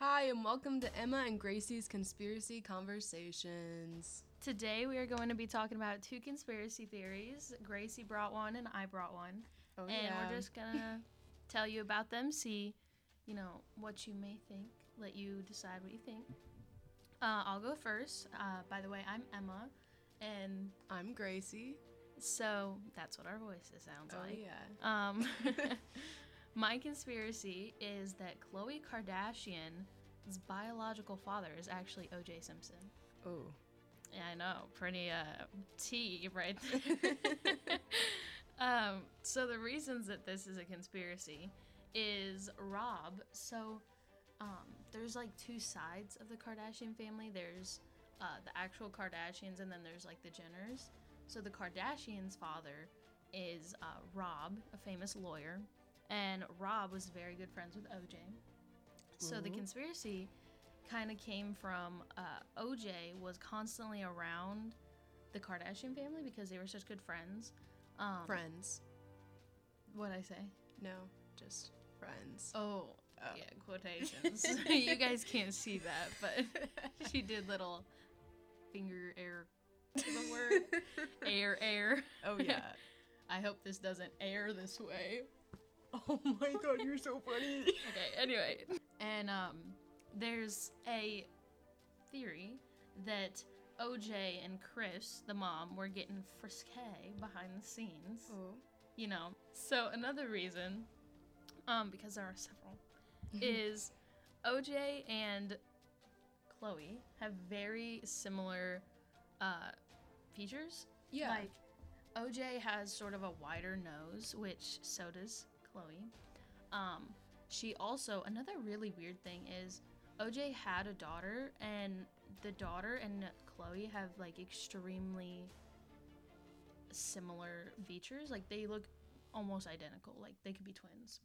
Hi, and welcome to Emma and Gracie's Conspiracy Conversations. Today we are going to be talking about two conspiracy theories. Gracie brought one and I brought one. Oh, and we're just going to tell you about them, see, you know, what you may think, let you decide what you think. Uh, I'll go first. Uh, by the way, I'm Emma. And I'm Gracie. so that's what our voices sounds Oh, like. yeah. Um, my conspiracy is that Khloe Kardashian's biological father is actually O.J. Simpson. Oh. Yeah, I know. Pretty uh, tea right there. um, so the reasons that this is a conspiracy is Rob. So um, there's like two sides of the Kardashian family. There's uh, the actual Kardashians, and then there's like the Jenners. So the Kardashians' father is uh, Rob, a famous lawyer, and Rob was very good friends with OJ. So the Mhm. conspiracy kind of came from uh, OJ was constantly around the Kardashian family because they were such good friends. Um, Friends. What I say? No, just friends. Oh, Oh. yeah, quotations. you guys can't see that, but she did little finger air. The word air air. oh, yeah. I hope this doesn't air this way. Oh my god, you're so funny. Okay, anyway. And um, there's a theory that OJ and Chris, the mom, were getting frisky behind the scenes. Oh. You know. So another reason, um, because there are several, is OJ and Chloe have very similar uh, features. Yeah. Like OJ has sort of a wider nose, which so does Chloe. Um, she also another really weird thing is OJ had a daughter, and the daughter and Chloe have like extremely similar features. Like they look almost identical. Like they could be twins.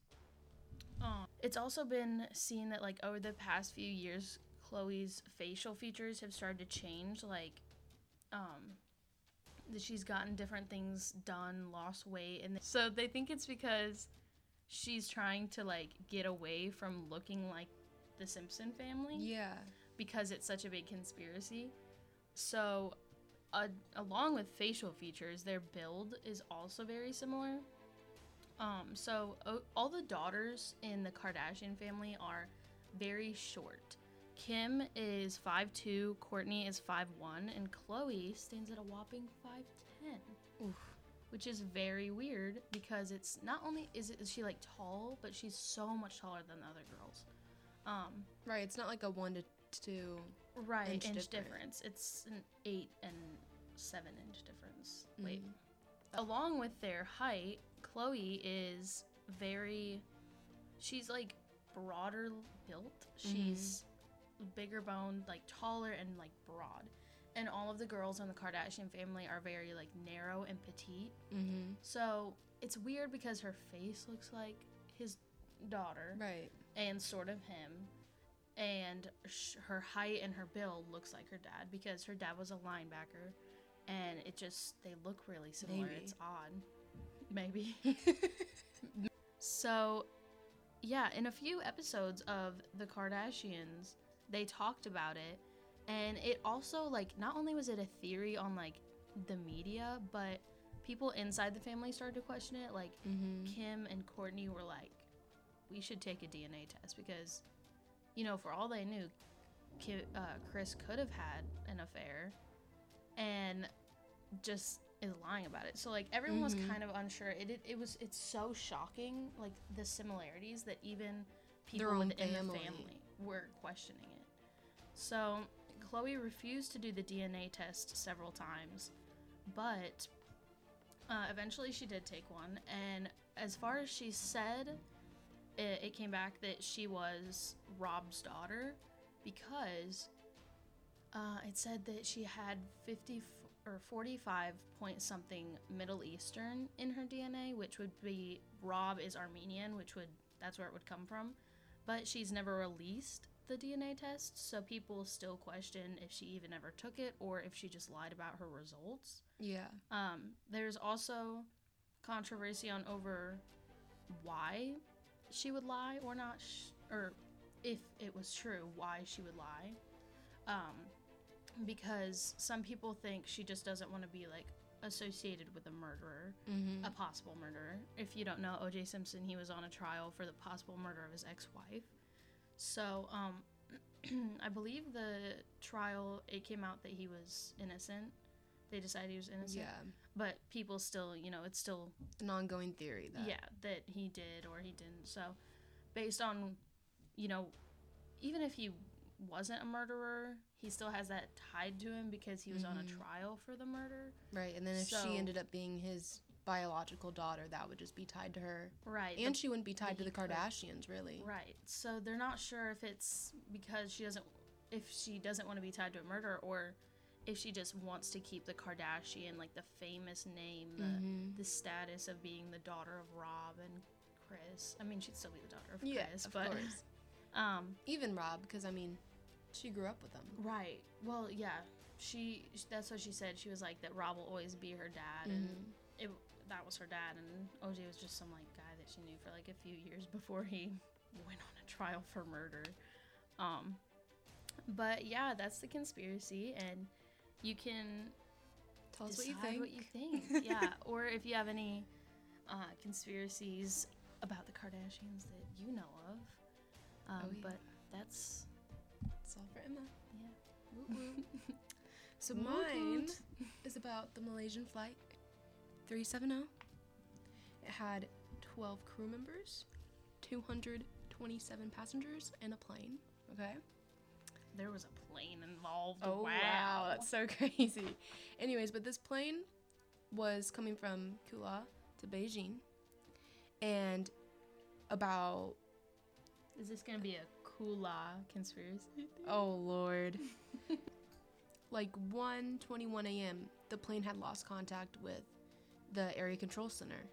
Um, it's also been seen that like over the past few years, Chloe's facial features have started to change. Like, um, that she's gotten different things done, lost weight, and so they think it's because she's trying to like get away from looking like the Simpson family yeah. because it's such a big conspiracy. So, uh, along with facial features, their build is also very similar. Um, so, o- all the daughters in the Kardashian family are very short. Kim is 5'2, Courtney is 5'1, and Chloe stands at a whopping 5'10. Oof. Which is very weird because it's not only is, it, is she like tall, but she's so much taller than the other girls. Um, Right, it's not like a one to two. right inch inch, difference. difference. it's an eight and seven inch difference wait along with their height chloe is very she's like broader built she's bigger boned like taller and like broad and all of the girls in the kardashian family are very like narrow and petite Mm so it's weird because her face looks like his daughter hmm. Right. and sort of him. And sh- her height and her build looks like her dad because her dad was a linebacker, and it just they look really similar. Maybe. It's odd, maybe. so, yeah, in a few episodes of the Kardashians, they talked about it, and it also like not only was it a theory on like the media, but people inside the family started to question it. Like Mm hmm. Kim and Courtney were like, we should take a DNA test because, you know, for all they knew, Ki- uh, Chris could have had an affair and just is lying about it. So, like, everyone Mhm. was kind of unsure. It, it, it was, it's so shocking, like, the similarities that even people own within family. the family were questioning it. So, Chloe refused to do the DNA test several times, but uh, eventually she did take one. And as far as she said, it, it came back that she was Rob's daughter because uh, it said that she had 50 f- or 45 point something Middle Eastern in her DNA, which would be Rob is Armenian, which would that's where it would come from. But she's never released the DNA test, so people still question if she even ever took it or if she just lied about her results. Yeah. Um, there's also controversy on over why she would lie or not, sh- or if it was true, why she would lie. Um, because some people think she just doesn't want to be like associated with a murderer, Mm-hmm. a possible murderer. If you don't know, O.J. Simpson, he was on a trial for the possible murder of his ex-wife. So, um, I believe the trial it came out that he was innocent. They decided he was innocent, Yeah, but people still, you know, it's still an ongoing theory. That yeah that he did or he didn't so based on you know even if he wasn't a murderer he still has that tied to him because he was on a Mhm. trial for the murder right. And then if So- she ended up being his biological daughter, that would just be tied to her, right the- and she wouldn't be tied to he the could- Kardashians, really. right so they're not sure if it's because she doesn't if she doesn't want to be tied to a murderer or if she just wants to keep the kardashian like the famous name the, Mhm. the status of being the daughter of rob and chris i mean she'd still be the daughter of chris Yeah, of but course. um Even Rob, because I mean, she grew up with them. Right. Well, yeah. She. sh- That's what she said. She was like that. Rob will always be her dad, and Mhm. it. That was her dad, and OJ was just some like guy that she knew for like a few years before he went on a trial for murder. Um, but yeah, that's the conspiracy, and you can Tell us what you decide think. what you think. yeah, or if you have any uh, conspiracies about the Kardashians that you know of. Um, Oh, yeah. But that's It's all for Emma. yeah. So Woot mine woot. is about the Malaysian flight 370. It had 12 crew members, 227 passengers, and a plane. Okay. There was a plane involved. Oh, that's so crazy. Anyways, but this plane was coming from Kula to Beijing, and about Is this gonna be a Kula conspiracy? Oh lord. like 1:21 a.m., the plane had lost contact with the area control center.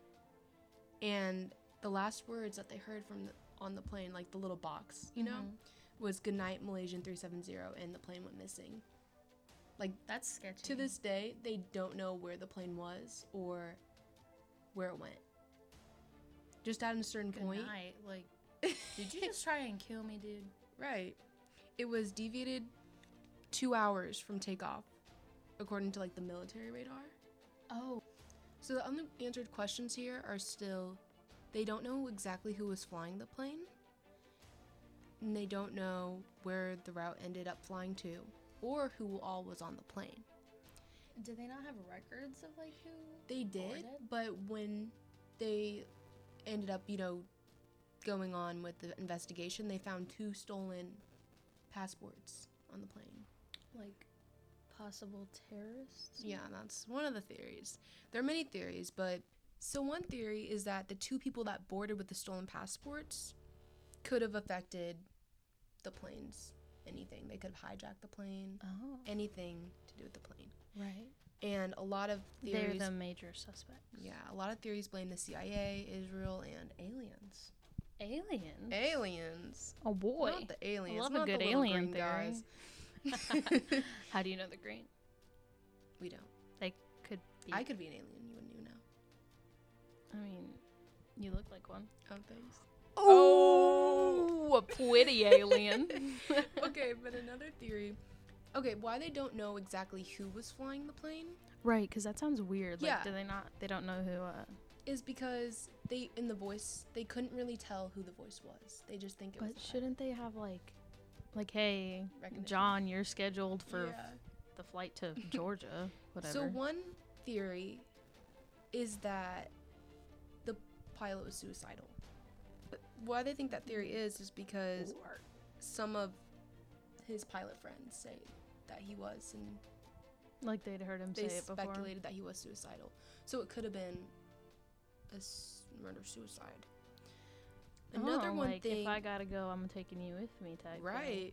And the last words that they heard from the, on the plane, like the little box, you know, was "Good night, Malaysian 370," and the plane went missing. That's sketchy. To this day, they don't know where the plane was or where it went. Just at a certain Good point, night. Like, did you just try and kill me, dude? Right. It was deviated two hours from takeoff, according to like the military radar. Oh, So the unanswered questions here are still they don't know exactly who was flying the plane, and they don't know where the route ended up flying to, or who all was on the plane. do they not have records of like who? They did, Boarded? but when they ended up, you know, going on with the investigation, they found two stolen passports on the plane. Like, possible terrorists? Yeah, that's one of the theories. There are many theories, but so one theory is that the two people that boarded with the stolen passports could have affected the planes. Anything. They could have hijacked the plane. Oh, Anything to do with the plane. right. And a lot of theories. They're the major suspects. yeah, a lot of theories blame the CIA, Israel, and aliens. Aliens. Aliens. oh boy. Not the aliens. love a not good the little alien green guys. How do you know the green? we don't. They could be. I could be an alien. You wouldn't even know. I mean, you look like one. Oh, thanks. Oh, a pretty alien. okay, but another theory. Okay, why they don't know exactly who was flying the plane Right, because that sounds weird. Like, Yeah. do they not? They don't know who. Uh, is because they in the voice they couldn't really tell who the voice was. They just think it but was. the shouldn't they have like, like, hey, pilot recognition. John, you're scheduled for Yeah. the flight to Georgia, whatever. So one theory is that the pilot was suicidal. But why they think that theory is is because some of his pilot friends say that he was, and like they'd heard him they say it before. speculated that he was suicidal. So it could have been a s- murder suicide. Another Oh, one like, thing, If I gotta go, I'm taking you with me. Type. thing. right?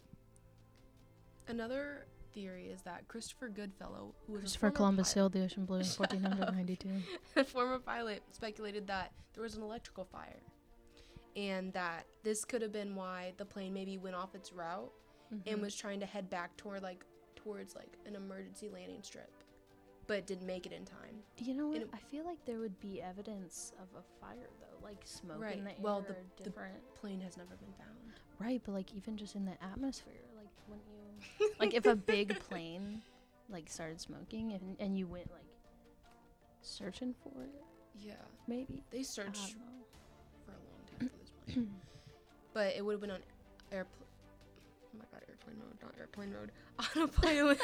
Another theory is that Christopher Goodfellow, who was Christopher a former pilot, Columbus sailed the ocean blue in 1492. a former pilot, speculated that there was an electrical fire, and that this could have been why the plane maybe went off its route Mm-hmm. Mm-hmm. and was trying to head back toward like towards like an emergency landing strip. but didn't make it in time. You know what? And it- I feel like there would be evidence of a fire though, like smoke Right. in the air. Well, the- or the- different. Plane has never been found. Right, but like even just in the atmosphere, like wouldn't you? like if a big plane, like started smoking and and you went like searching for it, Yeah, maybe. they I searched don't know. for a long time for this plane, but it would have been on airplane. Oh my god, airplane mode, not airplane mode,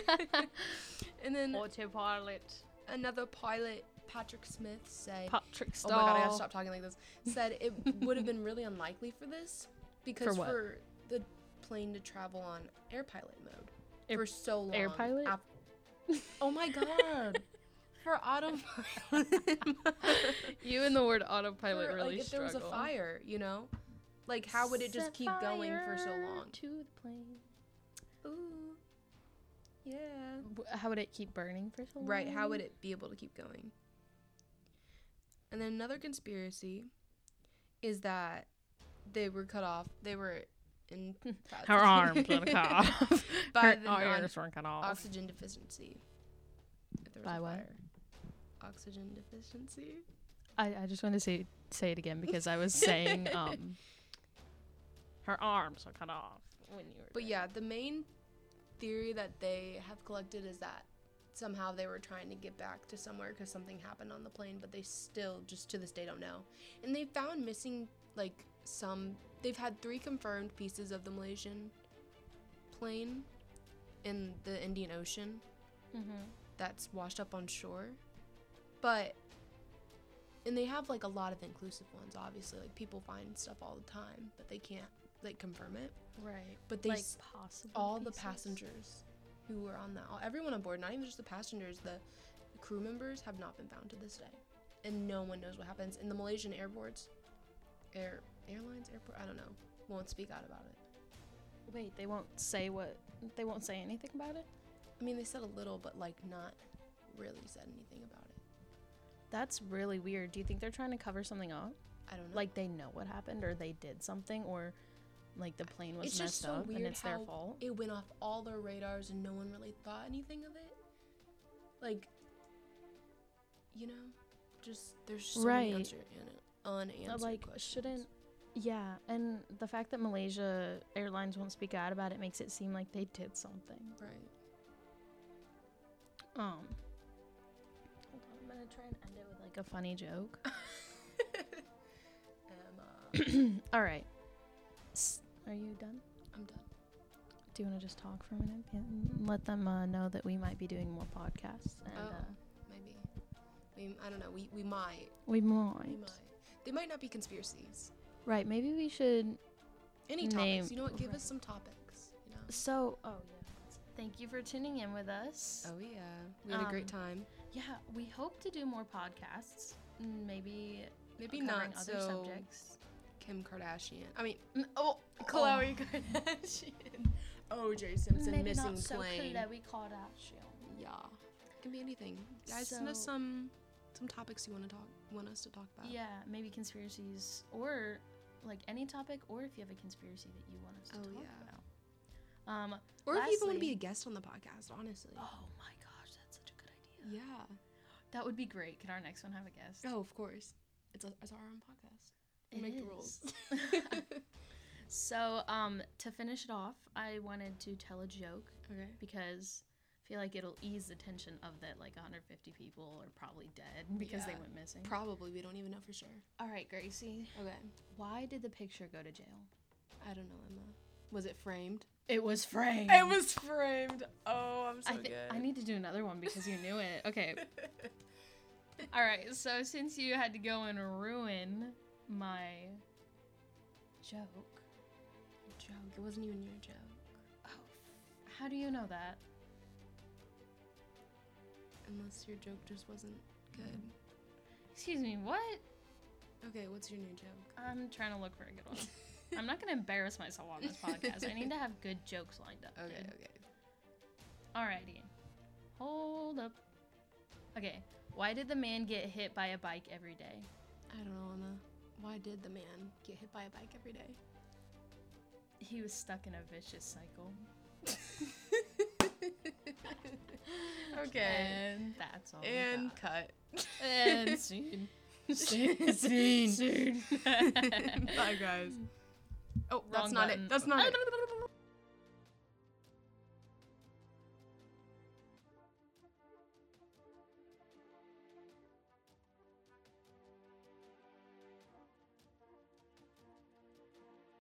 autopilot. and then Autopilot. another pilot, Patrick Smith, said, Patrick "Oh my god, I gotta stop talking like this." Said it would have been really unlikely for this because for, what? the plane to travel on air pilot mode Air- for so long. air pilot? oh my god, for autopilot. mode. You and the word autopilot For, really like if there was a fire, you know, like how would it just keep going for so long? To the plane. Ooh, yeah. How would it keep burning for so long? Right, how would it be able to keep going? And then another conspiracy is that they were cut off. They were in Her arms were cut off. by Her the non- ears were cut off. oxygen deficiency. If there was By a what? fire. Oxygen deficiency. I, I just wanted to say say it again because I was saying um her arms were cut off when you were But doing yeah, the main theory that they have collected is that somehow they were trying to get back to somewhere because something happened on the plane, but they still just to this day don't know. And they found missing like some. They've had three confirmed pieces of the Malaysian plane in the Indian Ocean Mm-hmm. that's washed up on shore. But and they have like a lot of inclusive ones, obviously. Like people find stuff all the time, but they can't like confirm it. Right. But they like s- possible all the pieces? passengers who were on that, all, everyone on board, not even just the passengers, the crew members have not been found to this day, and no one knows what happens. And the Malaysian airports, air airlines, airport, I don't know, won't speak out about it. Wait, they won't say what. They won't say anything about it. I mean, they said a little, but like not really said anything about it. That's really weird. Do you think they're trying to cover something up? I don't know. Like they know what happened, or they did something, or like the plane was it's messed just so up weird and it's how their fault. it went off all their radars and no one really thought anything of it. Like, you know, just there's so many Right. answer, unanswered Uh, like questions. shouldn't yeah and the fact that malaysia airlines won't speak out about it makes it seem like they did something right. um hold on i'm gonna try and end it with like a funny joke Um, Emma. all right S- are you done I'm done. do you want to just talk for a minute Yeah, and let them uh, know that we might be doing more podcasts and Oh. uh, Maybe. I mean, I don't know. We, we might. we might We might. They might not be conspiracies. right maybe we should Any Name- topics. You know what? Give right. us some topics. You know? so oh yeah thank you for tuning in with us Oh, yeah. We had a great Um, time. yeah we hope to do more podcasts Mm, maybe Maybe covering not so subjects. Kim Kardashian. I mean, mm, oh, Khloe Kardashian. OJ Simpson Maybe missing not so plane. Khloe Kardashian. yeah. It can be anything. Guys, send us So- some some topics you want to talk want us to talk about. Yeah, maybe conspiracies or like any topic, or if you have a conspiracy that you want us to Oh, talk yeah. about. Um. Or if you want to be Lastly- a guest on the podcast, honestly. Oh my gosh, that's such a good idea. Yeah. That would be great. Can our next one have a guest? Oh, of course. It's, a, it's our own podcast. We It make the is. rules. So, um, to finish it off, I wanted to tell a joke okay. because I feel like it'll ease the tension of that. Like 150 people are probably dead because they Yeah. went missing. Probably. We don't even know for sure. All right, Gracie, Okay. why did the picture go to jail? I don't know, Emma. Was it framed? It was framed. was framed. Oh, I'm I, thi- I need to do another one because you knew it. Okay. All right. So since you had to go and ruin my joke, joke. It wasn't even your joke. oh, how do you know that? Unless your joke just wasn't good. Excuse me. What? Okay, what's your new joke? I'm trying to look for a good one. I'm not gonna embarrass myself on this podcast. I need to have good jokes lined up. Okay, dude. okay. Alrighty. Hold up. Okay. Why did the man get hit by a bike every day? I don't know, Emma. Why did the man get hit by a bike every day? He was stuck in a vicious cycle. Okay. And Oh that's all. we And got. cut. And scene. Scene. Scene. Bye, guys. Oh, that's Wrong not button. Oh, it. That's not it.